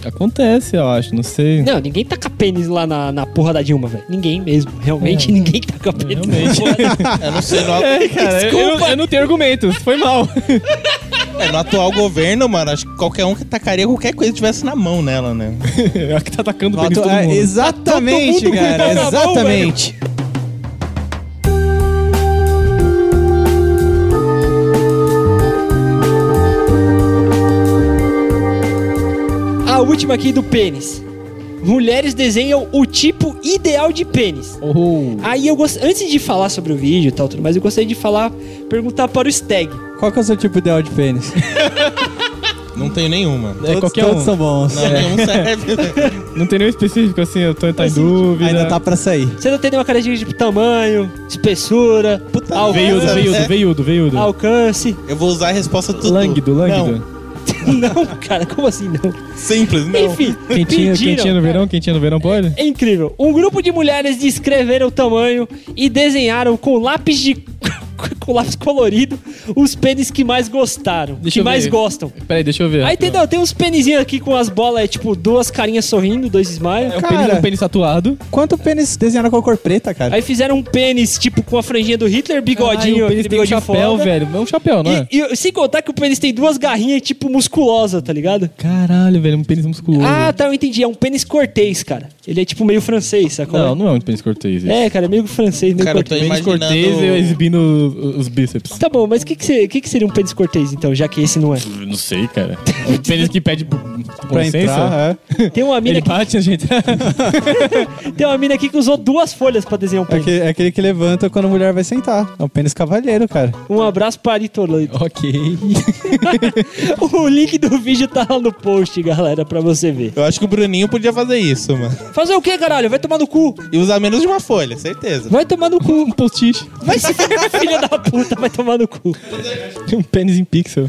A: Acontece, eu acho, não sei.
B: Não, ninguém taca pênis lá na, na porra da Dilma, velho. Ninguém mesmo. Realmente ninguém taca pênis na
A: realmente.
B: porra da
D: É, não sei, no,
A: Cara, eu- Eu,
B: Desculpa.
A: não- eu não tenho argumentos, foi mal.
D: é, no atual governo, mano, acho que qualquer um que tacaria qualquer coisa que tivesse na mão nela, né?
A: É que tá atacando o pênis de
C: Noto-
A: todo
C: é,
A: mundo.
C: exatamente,
B: Todo mundo
C: cara.
B: com o pau na mão,
C: Exatamente.
B: A última aqui do pênis. Mulheres desenham o tipo ideal de pênis.
A: Oh.
B: Aí eu gost... antes de falar sobre o vídeo e tal, tudo mais, eu gostaria de falar, perguntar para o Steg.
C: Qual que é o seu tipo ideal de pênis?
D: Não tenho nenhuma.
A: É, qualquer
C: todos
A: um.
C: são bons.
D: Não, nenhum serve. né?
A: Não tem nenhum específico, assim, eu tô tá em
B: Assim,
A: dúvida.
C: Ainda tá pra sair.
B: Você não tem nenhuma característica de tamanho, espessura, alcance,
A: Veiudo,
D: Nossa,
A: veiudo,
D: né?
A: veiudo, veiudo.
B: alcance.
D: Eu vou usar a resposta tudo.
A: Lânguido, lânguido.
D: Não,
B: não, cara, como assim não?
D: simples, não.
B: Enfim,
A: Quentinha,
B: pediram,
A: quentinha no
B: cara.
A: verão, quentinha no verão pode?
B: É incrível. Um grupo de mulheres descreveram o tamanho e desenharam com lápis de com lápis colorido os pênis que mais gostaram,
A: Deixa
B: que
A: eu ver.
B: mais gostam.
A: Peraí, deixa eu ver.
B: Aí
A: aqui,
B: tem,
A: ó.
B: não, tem uns penizinhos aqui com as bolas, é tipo duas carinhas sorrindo, dois smiles.
A: É um
C: Cara.
A: pênis, é um pênis tatuado.
C: Quanto pênis desenharam com a cor preta, cara?
B: Aí fizeram um pênis tipo com a franjinha do Hitler,
A: Caralho,
B: bigodinho,
A: o pênis
B: aquele
A: tem um
B: bigodinho
A: chapéu,
B: foda.
A: velho. É um chapéu, não é?
B: E, e sem contar que o pênis tem duas garrinhas tipo musculosa, tá ligado?
A: Caralho, velho, é um pênis musculoso.
B: Ah, tá, eu entendi. É um pênis cortês, cara. Ele é tipo meio francês, sacou?
A: não, não é um pênis cortês.
B: É, cara, é meio francês, meio
D: Cara, eu
B: cortês.
D: tô
A: Pênis
D: imaginando...
A: cortês eu é exibindo os- os bíceps.
B: Tá bom, mas o que, que, se- que que seria um pênis cortês, então, já que esse não é?
A: Não sei, cara. Um pênis que pede p-
C: pra
A: licença?
C: entrar, é.
B: Tem uma mina,
A: Ele
B: aqui,
A: bate a gente.
B: tem uma mina aqui que usou duas folhas pra desenhar um
C: É
B: pênis.
C: aquele, é aquele que levanta quando a mulher vai sentar. É um pênis cavalheiro, cara.
B: Um abraço para Aritoleto.
A: ok.
B: o link do vídeo tá lá no post, galera, pra você ver.
D: Eu acho que o Bruninho podia fazer isso, mano.
B: Fazer o que, caralho? Vai tomar no cu.
D: E usar menos de uma folha, certeza.
B: Vai tomar no cu.
A: Um post-it.
B: Vai se ferrar, filha da puta, vai tomar no cu.
A: Um pênis em pixel.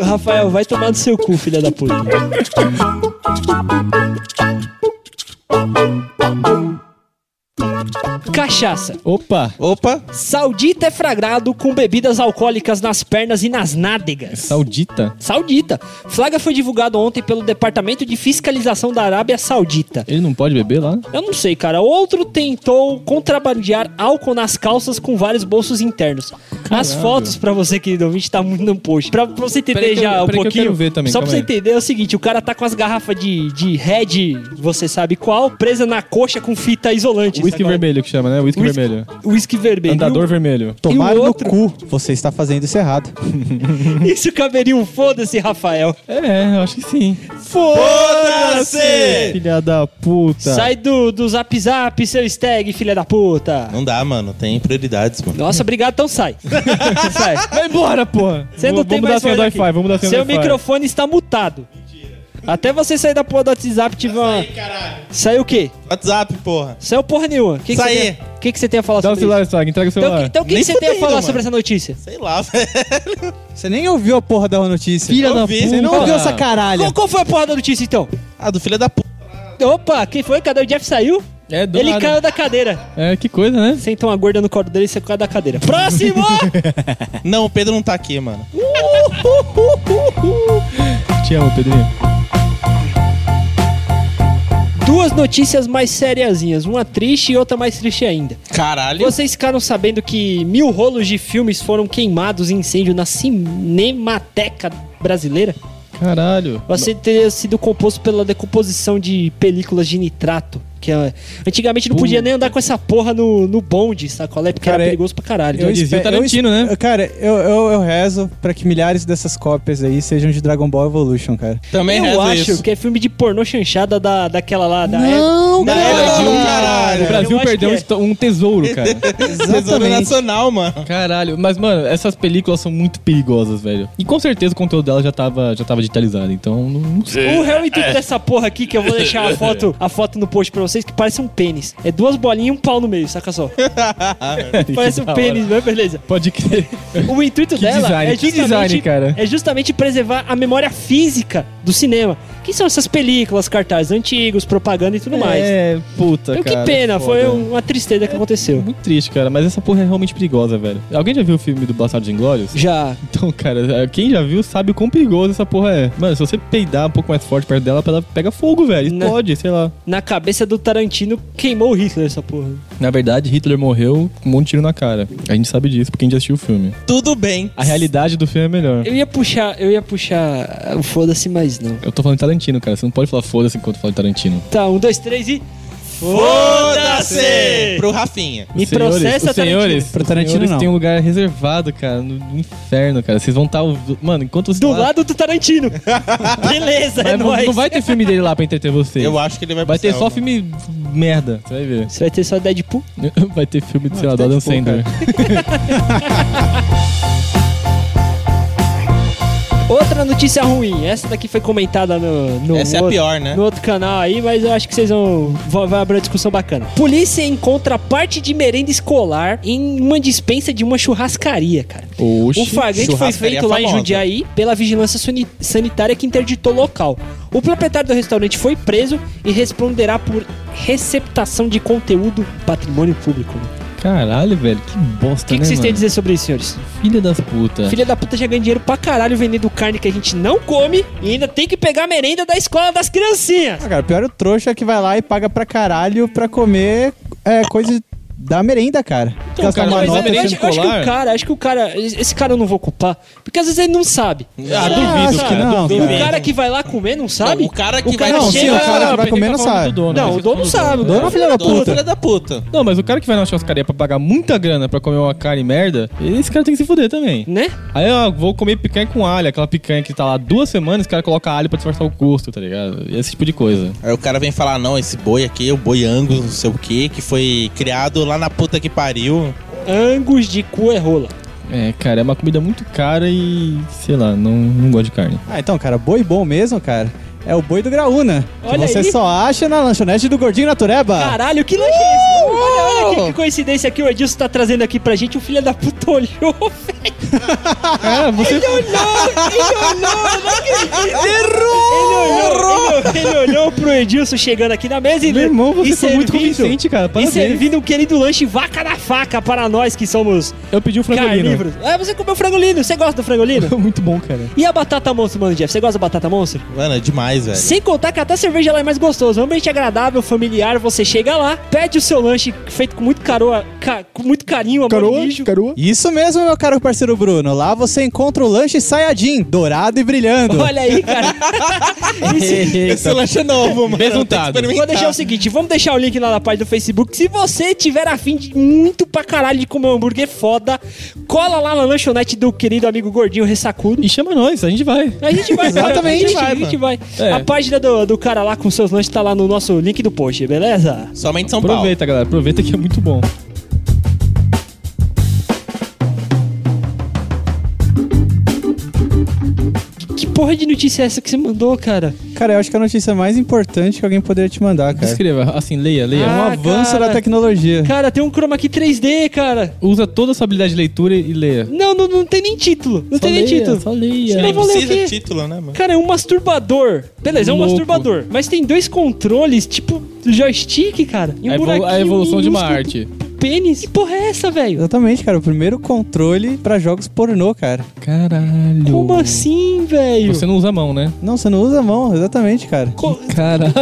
B: Rafael, vai tomar no seu cu, filha da puta. Cachaça.
A: Opa!
D: Opa,
B: Saudita é fragrado com bebidas alcoólicas nas pernas e nas nádegas.
A: Saudita?
B: Saudita. Flaga foi divulgado ontem pelo Departamento de Fiscalização da Arábia Saudita.
A: Ele não pode beber lá?
B: Eu não sei, cara. Outro tentou contrabandear álcool nas calças com vários bolsos internos. As fotos, pra você, querido ouvinte, tá muito no post. Pra, pra você entender
A: Peraí que eu-
B: já
A: peraí
B: um
A: que eu
B: pouquinho.
A: quero ver também,
B: só pra
A: calma
B: você
A: aí.
B: entender é o seguinte: o cara tá com as garrafas de, de Red, você sabe qual, presa na coxa com fita isolante.
A: Whisky
B: sabe?
A: vermelho que chama, né? Whisky
B: Whisky-
A: vermelho.
B: Whisky vermelho.
A: Andador vermelho.
C: Tomar
B: E o
C: no
B: outro?
C: cu, você está fazendo isso errado.
B: Isso caberia um foda-se, Rafael.
A: É, eu acho que sim.
B: É.
D: foda-se!
C: Filha
A: Tá.
C: da puta.
B: Sai do, do zap zap, seu stag, filha da puta.
D: Não dá, mano. Tem prioridades, mano.
B: Nossa, obrigado, então sai. sai.
A: Vai embora, porra!
B: Você não
A: vamos
B: tem
A: mudar
B: mais
A: a senha do
B: voz aqui.
A: Wi-Fi, vamos mudar a senha
B: Seu
A: do Wi-Fi.
B: microfone está mutado. Até você sair da porra do WhatsApp tiver uma... Saiu o quê?
D: WhatsApp, porra.
B: Saiu porra nenhuma. Que que
D: Saí.
B: você tem- O que, que você tem a falar
A: Dá o
B: sobre
A: celular,
B: isso?
A: Saga, entrega o
B: Então, o
A: celular.
B: que- então o que, que
D: Nem
B: você tem a
D: fudendo,
B: falar
D: mano.
B: sobre essa notícia?
D: Sei lá, velho.
C: Você nem ouviu a porra da notícia.
D: Eu da vi. puta.
C: Você não ouviu essa caralha.
B: Qual, qual foi a porra da notícia, então?
D: Ah, do filho da puta.
B: Opa, quem foi? Cadê o Jeff? Saiu?
A: É, do
B: Ele
A: nada.
B: caiu da cadeira.
A: É, que coisa, né?
B: Sentou uma gorda no colo dele e você caiu da cadeira. Próximo! Uh,
D: Não, o Pedro não tá aqui, mano.
A: Te amo, Pedrinho.
B: Duas notícias mais seriazinhas. Uma triste e outra mais triste ainda.
D: Caralho.
B: Vocês ficaram sabendo que mil rolos de filmes foram queimados em incêndio na Cinemateca brasileira?
A: Caralho.
B: Você teria sido composto pela decomposição de películas de nitrato. Que é- antigamente não podia nem andar com essa porra no, no bonde, sacolé? Porque
C: Cara,
B: era perigoso pra caralho.
A: eu- dizia o
C: espero-
A: Tarantino,
C: eu es-
A: né?
C: Cara, eu, eu, eu rezo pra que milhares dessas cópias aí sejam de Dragon Ball Evolution, cara.
D: Também
B: Eu
D: reza
B: acho
D: isso.
B: que é filme de pornô chanchada da, daquela lá. Da
C: Não,
B: da
D: cara.
B: Eva Dilma.
D: Caralho.
A: O Brasil
B: Eu acho
A: perdeu
B: que
A: um
B: é.
A: esto- um tesouro, cara.
D: Tesouro
C: Exatamente.
D: Nacional, mano.
A: Caralho, mas mano, essas películas são muito perigosas, velho. E com certeza o conteúdo dela já tava, já tava digitalizado, então não, não sei.
B: é O real intuito dessa porra aqui, que eu vou deixar a foto, a foto no post pra vocês, que parece um pênis. É duas bolinhas e um pau no meio, saca só. Parece um
A: Da hora.
B: pênis, né? Beleza.
A: Pode crer.
B: O intuito
A: Que
B: dela
A: design,
B: é,
A: que
B: justamente,
A: design, cara.
B: é justamente preservar a memória física do cinema. Que são essas películas, cartazes antigos, propaganda e tudo mais.
A: É, puta,
B: Eu, que
A: cara.
B: pena,
A: foda.
B: foi uma tristeza que aconteceu.
A: Muito triste, cara, mas essa porra é realmente perigosa, velho. Alguém já viu o filme do Bastardos Inglórios?
B: Já.
A: Então, cara, quem já viu sabe o quão perigoso essa porra é. Mano, se você peidar um pouco mais forte perto dela, ela pega fogo, velho.
B: Né.
A: Explode, sei lá.
B: Na cabeça do Tarantino queimou o Hitler essa porra.
A: Na verdade, Hitler morreu com um monte de tiro na cara. A gente sabe disso, porque a gente assistiu o filme.
D: Tudo bem.
A: A realidade do filme é melhor.
B: Eu ia puxar, eu ia puxar o foda-se, mas não.
A: Eu tô falando de Tarantino, cara. Você não pode falar foda-se enquanto fala de Tarantino.
B: Tá, um, dois, três e.
D: Foda-se! Pro Rafinha.
B: Me
A: Os senhores-
B: processa,
A: os senhores,
B: Tarantino.
C: Pro
A: os
C: Tarantino,
A: senhores
C: não.
A: tem um lugar reservado, cara, no no inferno, cara. Vocês vão estar. Mano, enquanto vocês.
B: Do
A: lá-
B: lado do Tarantino. Beleza, é
A: Mas não,
B: nóis.
A: não vai ter filme dele lá pra entreter vocês.
D: Eu acho que ele vai
A: Vai
D: pro
A: ter
D: céu,
A: só
D: mano.
A: filme merda. Você vai ver.
B: Você vai ter só Deadpool?
A: Vai ter filme do, sei lá, do
C: tá
A: Adam
C: de boa,
A: Sandler.
B: Outra notícia ruim. Essa daqui foi comentada no, no
D: Essa é a
B: outro-
D: pior, né?
B: no outro canal aí, mas eu acho que vocês vão, vão- vai abrir uma discussão bacana. Polícia encontra parte de merenda escolar em uma dispensa de uma churrascaria, cara.
A: Oxi.
B: O flagrante foi
D: churrascaria
B: feito lá em
D: famosa.
B: Jundiaí pela vigilância suni- sanitária que interditou o local. O proprietário do restaurante foi preso e responderá por receptação de conteúdo patrimônio público. O
A: Caralho, velho. Que bosta,
B: que,
A: né,
D: Tá
B: que vocês têm a
A: mano?
B: dizer sobre isso, senhores?
A: Filha das putas.
B: Filha da puta já ganha dinheiro pra caralho vendendo carne que a gente não come e ainda tem que pegar a merenda da escola das criancinhas.
C: Ah, cara, o pior é o trouxa que vai lá e paga pra caralho pra comer é, coisa da merenda, cara. Gastar
A: cara,
C: uma
A: mas
B: eu,
A: é
C: nota.
A: merenda
B: acho, eu acho que
A: escolar?
B: o cara, acho que o cara, esse cara eu não vou culpar, porque às vezes ele não sabe.
D: Ah,
C: duvido,
B: sabe?
C: que não,
B: O
C: cara.
B: cara que vai lá comer não sabe?
D: Não, o cara que
B: O
D: vai
B: cara
C: Não,
D: na
C: sim, o
B: chega-
C: cara que vai
A: Pensei
C: comer
A: que
C: não
A: tá falando
C: sabe.
A: do dono,
B: Não,
A: mas
B: o dono sabe.
C: O dono é um filho da puta.
D: Filha da puta.
A: Não, mas o cara que vai na churrascaria pra pagar muita grana pra comer uma carne merda, esse cara tem que se fuder também.
B: Né?
A: Aí eu vou comer picanha com alho, aquela picanha que tá lá duas semanas, o cara coloca alho pra disfarçar o gosto, tá ligado? Esse tipo de coisa.
D: Aí o cara vem falar, não, esse boi aqui é o boi Angus, não sei o que, que foi criado lá na puta que pariu.
B: Angus de cu é rola.
A: É, cara, é uma comida muito cara e, sei lá, não, não gosto de carne.
C: Ah, então, cara, boi bom mesmo, cara. É o boi do Graúna. que
B: Olha
C: você
B: aí.
C: só acha na lanchonete do Gordinho Natureba.
A: Ah.
B: Caralho, que lanche é esse?
A: Uh!
B: Olha, olha que, que coincidência aqui, o Edilson tá trazendo aqui pra gente. O filho da puta olhou, velho.
A: Cara, você.
B: Ele olhou, ele olhou, eu não acredito. Errou! Ele olhou, ele, ele olhou pro Edilson chegando aqui na mesa e
A: Meu irmão, você
B: e
A: foi muito
B: servindo-
A: convincente, cara. Parabéns.
B: E servindo um querido lanche vaca na faca para nós que somos
A: Eu pedi um frangolino.
B: carnívoros. Ah, você comeu frangolino, você gosta do frangolino?
A: muito bom, cara.
B: E a batata monstro, mano, Jeff? Você gosta da batata monstro?
D: Mano, é demais, velho.
B: Sem contar que até a cerveja lá é mais gostoso. Um ambiente agradável, familiar. Você chega lá, pede o seu lanche feito com muito caroa, ca- com muito carinho, amor e mijo.
A: caroa.
C: Isso mesmo, meu caro parceiro Bruno. Lá você encontra o lanche Sayajin, dourado e brilhando.
B: Olha aí, cara. Isso-
D: Esse lanche é novo, mano.
A: Besuntado.
D: Tem que
B: Vou deixar
D: experimentar.
B: o seguinte, vamos deixar o link lá na página do Facebook. Se você tiver afim de muito pra caralho de comer um hambúrguer foda, cola lá na lanchonete do querido amigo gordinho ressacudo.
A: E chama nós, a gente vai.
B: A gente vai, cara.
C: Exatamente,
B: A gente vai. A,
C: mano.
B: gente vai.
A: É.
B: a página do, do cara lá com seus lanches tá lá no nosso link do post, beleza?
D: Somente São Paulo.
A: Aproveita, galera. Aproveita que é muito bom.
B: Que porra de notícia é essa que você mandou, cara?
C: Cara, eu acho que a notícia mais importante que alguém poderia te mandar, cara.
A: Escreva, assim, leia, leia.
C: É um
B: É. Ah,
C: avanço
B: cara.
C: da tecnologia.
B: Cara, tem um chroma key 3D, cara.
A: Usa toda a sua habilidade de leitura e leia.
B: Não, não, não tem nem título. Não
A: Só
B: tem nem
A: leia,
B: título.
A: Só leia.
B: Não
D: Nem
B: vou ler
D: precisa
B: aqui.
D: de É título, né, mano?
B: Cara, é um masturbador. Beleza, é um
A: Louco.
B: masturbador. Mas tem dois controles, tipo joystick, cara. E um
A: A evolu-
B: buraquinho
A: a evolução de uma
B: minúsculo
A: arte.
B: pro Pênis. Que porra é essa, velho?
C: Exatamente, cara. O primeiro controle pra jogos pornô, cara.
A: Caralho.
B: Como assim, velho?
A: Você não usa a mão, né?
C: Não, você não usa a mão, exatamente, cara.
B: Co-
A: Caralho,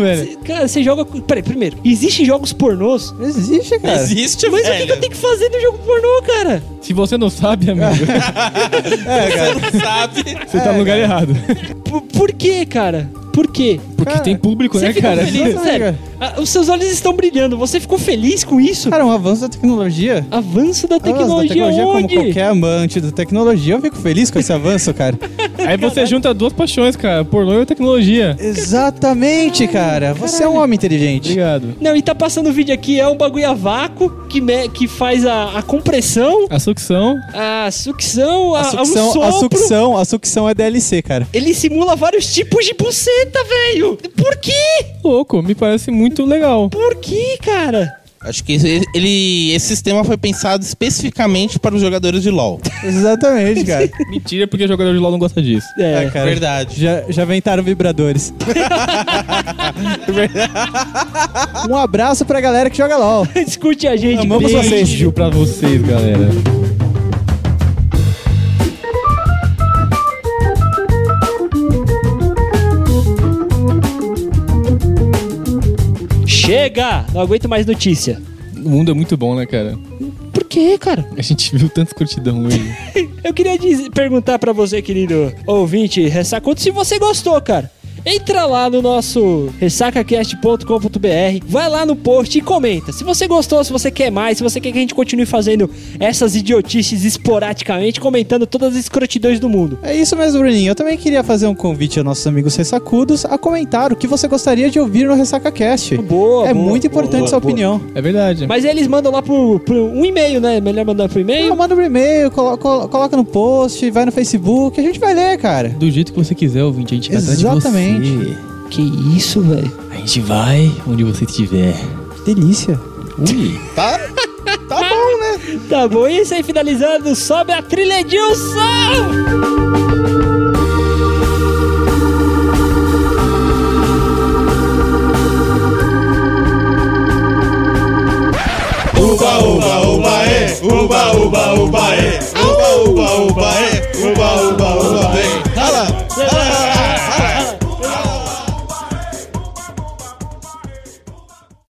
A: velho.
B: Cara, você joga. com- Peraí, primeiro, existem jogos pornôs?
C: Existe, cara.
D: Existe,
B: Mas o que
D: velho.
B: que eu tenho que fazer no jogo pornô, cara?
A: Se você não sabe, amigo,
D: Você não sabe.
A: É, você tá no lugar errado.
B: Por, por quê, cara? Por quê?
A: Porque
C: Cara,
A: tem público,
B: Você
A: né,
B: ficou
A: cara?
B: feliz,
C: Nossa,
B: sério.
C: É, cara.
B: Ah, os seus olhos estão brilhando. Você ficou feliz com isso?
C: Cara, um avanço da tecnologia.
B: Avanço da
C: Avanço da
B: tecnologia,
C: tecnologia como
B: onde?
C: qualquer amante da tecnologia. Eu fico feliz com esse avanço, cara.
A: Aí você junta duas paixões, cara. Pornô e tecnologia.
C: Exatamente, cara. Você é um homem inteligente.
A: Obrigado.
B: Não, e tá passando o vídeo aqui, é um bagulho a vácuo que, me- que faz a, a compressão,
A: A sucção.
B: a sucção, a,
C: A
B: a um
C: sucção, a
B: sopro.
C: sucção, a sucção é DLC, cara.
B: Ele simula vários tipos de buceta, velho. Por quê?
A: Louco, me parece muito legal.
B: Por quê, cara?
D: Acho que esse- ele, esse sistema foi pensado especificamente para os jogadores de LoL.
C: Exatamente, cara.
A: Mentira, porque jogador de LOL não gosta disso.
B: É.
C: É, cara.
D: Verdade.
C: Já, já inventaram vibradores. um abraço pra galera que joga LOL.
B: Discute a gente.
C: Amamos
B: beijo.
C: vocês.
A: Beijo pra vocês, galera.
B: Chega! Não aguento mais notícia.
A: O mundo é muito bom, né, cara?
B: Por quê, cara?
A: A gente viu tanta escrotidão hoje.
B: Eu queria dizer- perguntar pra você, querido ouvinte Ressacudo, se você gostou, cara. Entra lá no nosso ressacacast.com.br, vai lá no post e comenta. Se você gostou, se você quer mais, se você quer que a gente continue fazendo essas idiotices esporadicamente, comentando todas as escrotidões do mundo.
C: É isso mesmo, Bruninho. Eu também queria fazer um convite aos nossos amigos ressacudos a comentar o que você gostaria de ouvir no RessacaCast.
B: Boa,
C: é
B: boa,
C: muito importante
B: boa,
C: sua
B: boa.
C: opinião.
A: É verdade.
B: Mas eles mandam lá pro, pro um e-mail, né? Melhor mandar pro
C: Não,
B: e-mail.
C: manda um e-mail, colo- colo- coloca no post, vai no Facebook, a gente vai ler, cara.
A: Do jeito que você quiser, ouvinte, a gente vai atrás de
C: Exatamente.
A: você.
B: Que isso, velho?
A: A gente vai onde você estiver.
C: Delícia.
A: Ui.
D: Tá? Tá bom, né?
B: Tá bom, e isso aí, finalizando, sobe a trilha Edilson!
D: Uba, é. uba, uba, é. Uba, uba, uba, é. Uba, uba, uba, é.